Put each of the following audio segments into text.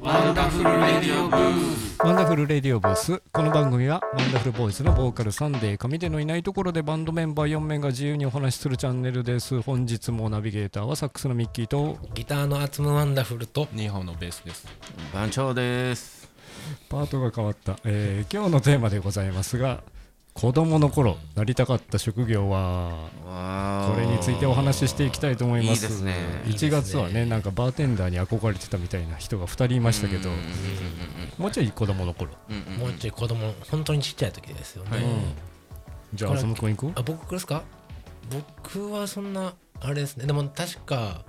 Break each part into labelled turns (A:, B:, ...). A: ワンダフルレディオブース
B: ワンダフルレディオブースこの番組はワンダフルボーイズのボーカルサンデー上手のいないところでバンドメンバー4名が自由にお話しするチャンネルです本日もナビゲーターはサックスのミッキーと
C: ギターのアツムワンダフルと
D: 日本のベースです。
A: 番長です
B: パートが変わった、えー今日のテーマでございますが子供の頃なりたかった職業は
A: わー
B: これについてお話ししていきたいと思います
A: いいですね
B: 1月はねなんかバーテンダーに憧れてたみたいな人が2人いましたけどもうちょい子供の頃
C: もうちょい子供本当にちっちゃい時ですよね、
B: じゃあ
C: これ
B: その子に行こ
C: あ僕ですか僕はそんなあれですねでも確か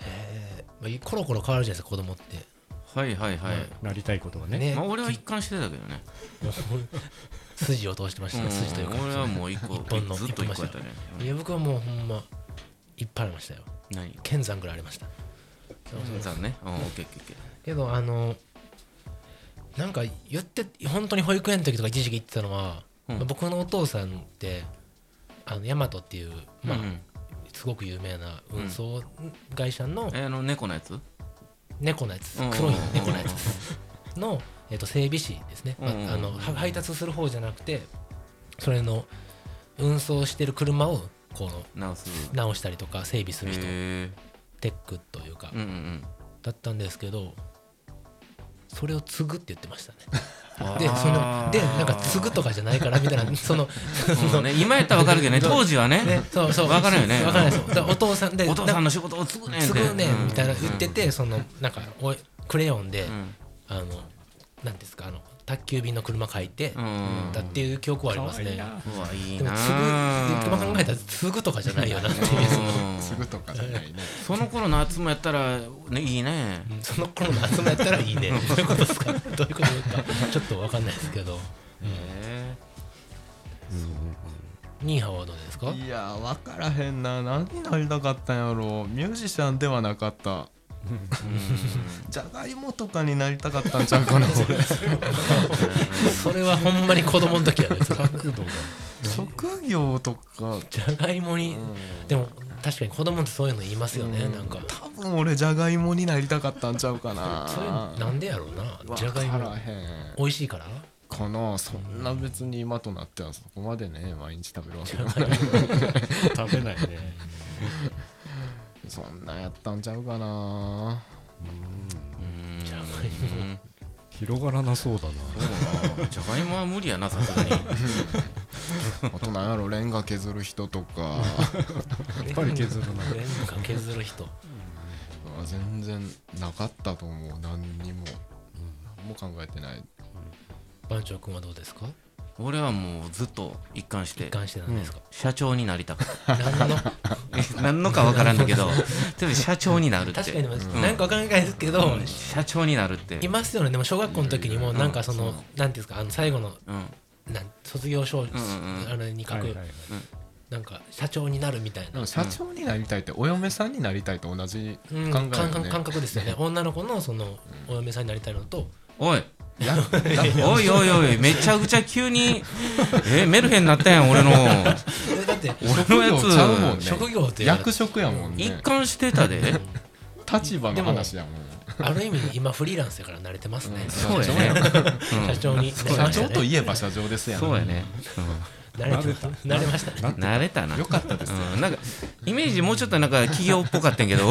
C: えーまあコロコロ変わるじゃないですか子供って
A: はいはいはい、
B: うなりたいことはね
C: ね
A: まあ俺は一貫してたけどね
C: 筋を通してましたね筋というか
A: うん俺はもう一個
C: 一本の
A: ずっと一個やったね
C: いや僕はもうほんまいっぱいありましたよ
A: 何
C: 剣山ぐらいありました
A: 残ねうんオッケーオッケーオッケ
C: けどあのなんか言って本当に保育園の時とか一時期言ってたのは、
A: うん
C: まあ僕のお父さんってあのヤマトっていう、
A: ー
C: まあ
A: うんうん
C: すごく有名な運送会社の
A: えあの猫のやつ
C: 猫のやつ、
A: うん
C: 黒い猫のやつの、えっと整備士ですね、ま
A: うん
C: あ、あのは配達する方じゃなくてそれの運送してる車をこの
A: 直す
C: 直したりとか整備する人、
A: へえ
C: テックというか、
A: うんうんうん
C: だったんですけどそれを継ぐって言ってましたね
A: あー
C: でそのでなんか継ぐとかじゃないからみたい なその そ
A: も
C: の
A: うね今やったらわかる けどね当時はね
C: ねそうそう
A: わかるよね
C: わかるですだからお父さんで
A: お父さん
C: な
A: の仕事を継ぐねんて
C: 継ぐね
A: うん
C: みたいな言っててそのなんかおクレヨンで
A: うん
C: あのなんですかあの宅急便の車書いて
A: うん
C: だっていう記憶はありますね
A: うわいい
C: でも
A: な
C: 継ぐ
A: あ
C: 今考えたら継ぐとかじゃないよなっていう
A: うん
D: すぐとかじゃないね。
A: その頃の夏もやったらねいいね
C: うん その頃の集まったらいいねどういうことですかどういうことですかちょっとわかんないですけど
A: へ
C: ニーハはどうですか
D: いやー、わからへんな。何になりたかったんやろ。ミュージシャンではなかった。じゃがいもとかになりたかったんちゃうかな。
C: それはほんまに子供の時やね
D: 職業とか。
C: じゃがいもにでも確かに子供ってそういうの言いますよねなんか
D: 多分俺じゃがいもになりたかったんちゃうかな。
C: そういうのなんでやろうなじゃがい
D: わから
C: も
D: へん。
C: 美味しいから
D: このそんな別に今となってはそこまでね毎日食べるわけで もない
B: 食べないね
D: そんなんやったんちゃうかな
C: じゃがい
B: 広がらなそうだな
A: えじゃがいもは無理やなさすがに
D: あとなんやろレンガ削る人とか
C: もや
B: っぱり削るな
C: なんか削る人
D: あ全然なかったと思う何にも何も考えてない
C: 番長君はどうですか
A: 俺はもうずっと一貫して
C: 一貫してなんですか
A: 社長になりたかっ
C: 何の
A: たえ何のか分からんだけどとりあえず社長になるって
C: 確かにでもなんかわかんないですけど
A: 社長になるって
C: いますよねでも小学校の時にもなんかそのなんていうんですかあの最後の
A: うん
C: なん卒業証
A: んうん
C: あれに書くなんか社長になるみたい
D: で
C: な
D: も社長になりたいってお嫁さんになりたいと同じ考え
C: うん
D: よ
C: 感
D: ね
C: 覚感覚ですよね女の子のそのお嫁さんになりたいのと
A: おい
D: やだ
A: おいおいおいめちゃくちゃ急にえメルヘンなったやん俺の
C: えだって
A: 俺のや
D: 職業ちゃうも
A: つ
D: んね
C: 職業って
D: 役職やもん
A: 一
D: ね
A: 貫してたで
D: 立場の話やもん
C: ある意味今フリーランスだから慣れてますね
A: そうやね
C: 社長になり
D: 社
C: ました
D: 長
C: ね
D: といえば社長ですやん
A: そうやねうん
C: 慣れてた慣れましたね
A: 慣れたな
D: よかったです
A: うん、なんかイメージもうちょっとなんか企業っぽかったんやけど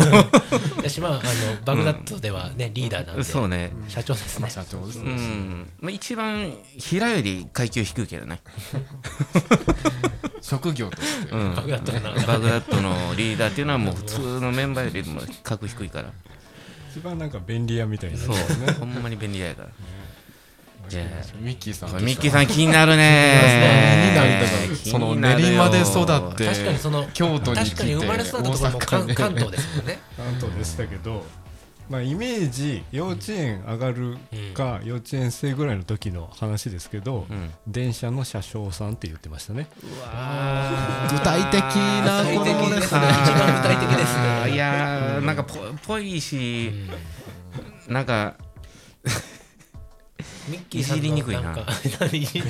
C: 私まああのバグダッドではねリーダーなんで
A: そうね
C: 社長ですね
D: 社長です
A: う
D: ね
A: ん、まあ、一番平より階級低いけどね、
D: 職業として
A: うん、
C: バグダッドの
A: バグダッドのリーダーっていうのはもう普通のメンバーよりも格低いから
B: 一番なんか便利屋みたいな
A: そうほんまに便利やからじゃ
D: ミッキーさん
A: あ
D: と
A: ミッキーさん気になるね
D: 気になりたからその
A: 気になるよ
D: 練馬で育って
C: 確かにその
D: 京都に来て
C: 確かに生まれ育ったところも関
D: 大阪で
C: 関東ですもんね
B: なんとでしたけどまあイメージ幼稚園上がるか幼稚園生ぐらいの時の話ですけど
A: うん
B: 電車の車掌さんって言ってましたね
D: 具体的な
C: 具
D: 子
C: 体的
D: 供で
C: ですすね一番具体的で
D: ね
C: す
A: あーい
C: ね
A: やーなんかぽぽいし、なんか
C: ミッキーさん
A: いじりにくいな
C: のんかいじ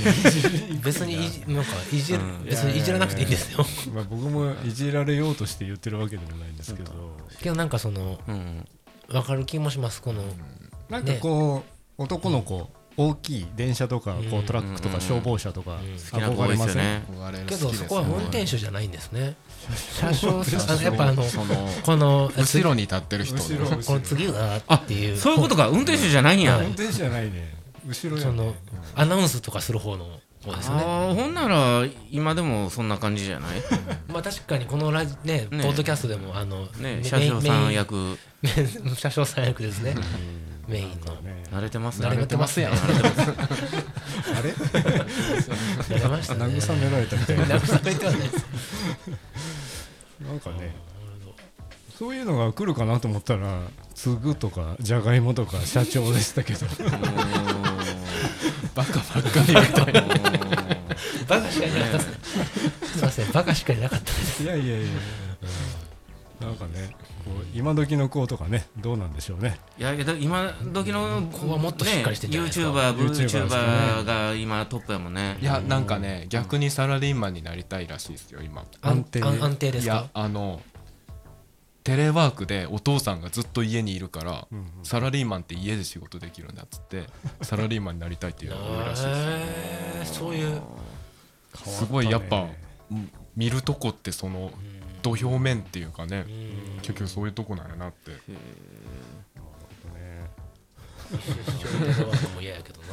C: 別にいじなんかいじる
A: うん
C: 別にいじらなくていいんですよ
B: まあ僕もいじられようとして言ってるわけでもないんですけど
C: けどなんかその
A: うん
C: 分かる気もしますこの
B: なんかこう、男の子大きい電車とかこうトラックと
A: うん
B: か消防車とか
C: うん
A: 好きな子多い
B: 憧れ
A: です
B: ま
A: よ
B: せん
A: ね
D: 憧れる
C: けど
D: 好き
C: そ
D: です
C: こは運転手じゃないんですね車掌
D: 車
C: さん
D: 掌
C: やっぱあの
D: その
C: この
D: 後ろに立ってる人
B: 後ろ
C: この次がっていう
A: そういうことか運転手じゃないんや、
C: はい
B: 運転手じゃないね後ろや
C: そ
B: ね
C: のアナウンスとかする方の方ですよね
A: ああほんなら今でもそんな感じじゃ ない
C: まあ確かにこのラジねポ
A: ね
C: ッドキャストでもあのメイ
A: ね
C: ン
A: 車掌さ
C: メ
A: ん
C: イン
A: 役
C: メイン車掌さん役ですねメインの
A: 慣れてますね
C: 慣れてますやん慣
B: あれ
C: れま したね
B: 慰められたみたいな
C: 慰めてはないです
B: なんかねそういうのが来るかなと思ったら継ぐとかじゃがいもとか社長でしたけど
D: バカばっかりみたいな
C: バカしかいなかったですねすいませんバカしかいなかったです
B: いやいやいやなんかねこう今時の子とかねどうなんでしょうね
A: いやけど今時の
C: こはもっとしっかりしてんじゃないですか
A: YouTuber、
B: YouTuber ですね
A: VTuber が今トップやもんね
D: いやなんかね逆にサラリーマンになりたいらしいですよ今
B: 安定
C: あん安定で
D: い
C: す
D: や
C: か
D: あのテレワークでお父さんがずっと家にいるから、
B: んうん
D: サラリーマンって家で仕事できるんだっつ ってサラリーマンになりたいっていうのが多いらしいですよ
C: へーそういう
D: すごいやっぱうん見るとこってその土俵面っていうかね結局そういうとこなんやなって
C: も嫌やけどな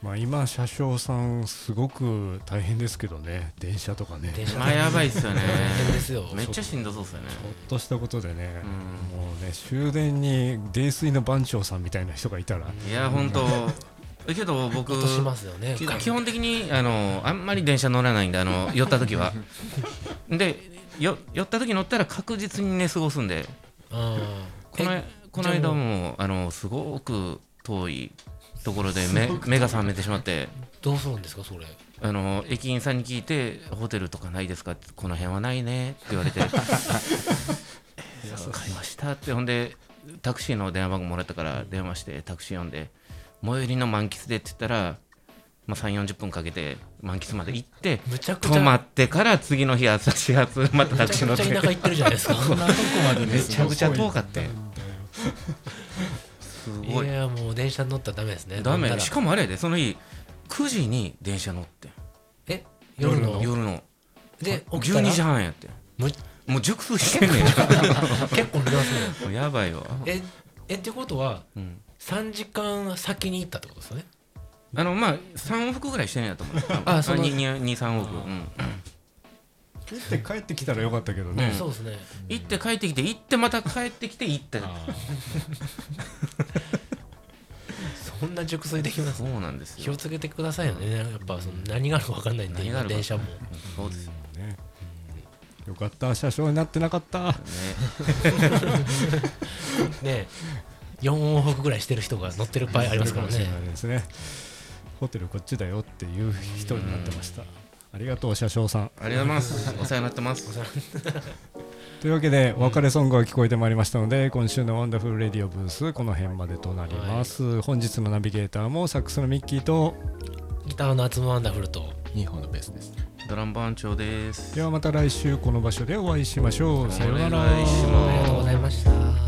B: まあ今車掌さんすごく大変ですけどね電車とかね
C: 電
B: ちょ
C: 車
A: まあやばいっすよね
C: 大変ですよ
A: めっちゃしんどそうっすよね
B: っとしたことでね、もうね終電に泥酔の番長さんみたいな人がいたら、
A: いやほんとえけど僕
C: 落としますよね
A: 基基本的にあのあんまり電車乗らないんであの寄った時 はでよ寄った時乗ったら確実に寝過ごすんで
C: あ
A: このこの
C: じゃ
A: 間
C: あ
A: もあのすごく遠いところで目目が覚めてしまって
C: ーどうするんですかそれ
A: あの駅員さんに聞いて「ホテルとかないですか?」って「この辺はないね」って言われ て「えーわかりました」ってほんでタクシーの電話番号もらったから電話してタクシー呼んで「最寄りの満喫で」って言ったら、まあ、3 4 0分かけて満喫まで行って
C: むちゃくちゃ
A: 泊まってから次の日朝始発またタクシー乗
C: め
A: っ
C: ち
A: て
C: ゃくちゃ田舎行ってるじゃ ないですか
A: めちゃくちゃ遠かってす
C: い
A: ごい
C: やもう電車に乗ったらダメですね
A: ダ
C: 乗
A: メ
C: った
A: し
C: ら
A: かもあれやでその日9時に電車乗ってん
C: え夜の
A: 夜の
C: で起きたら
A: 12時半やってん
C: む
A: もう熟睡して んねん
C: 結構乗りますね
A: もうやばいわ、
C: ええってことは
A: うん、
C: 3時間先に行ったってことですよね
A: あのまあ3往復ぐらいしてんや と思う
C: あその
A: 23往復、うん、
B: 切って帰ってきたらよかったけど
A: うん
B: ね、
C: そうですね
A: 行って帰ってきて行ってまた帰ってきて行って
C: そんな熟睡できます
A: そうなんです
C: 気
A: よ
C: をつけてくださいよねやっぱその何があるか分かんないんで
A: 何があ
C: 今
A: るか
C: 電車も
A: そうですよね
B: ねよかった車掌になってなかった
C: ね4往復ぐらいしてる人が乗ってる場合ありますから
B: そうかもし
C: ね
B: れないですねホテルこっちだよっていう人になってましたありがとう車掌さん
A: ありがとうございます お世話になってます
B: というわけでお別れソングが聞こえてまいりましたので今週の「ワンダフル・レディオブース」この辺までとなります、本日のナビゲーターもサックスのミッキーと
C: ギターの集まワンダフルと
D: 日本のベースです
A: ドラム番長です
B: ではまた来週この場所でお会いしましょうさようなら
A: お願いします
C: ありがとうございました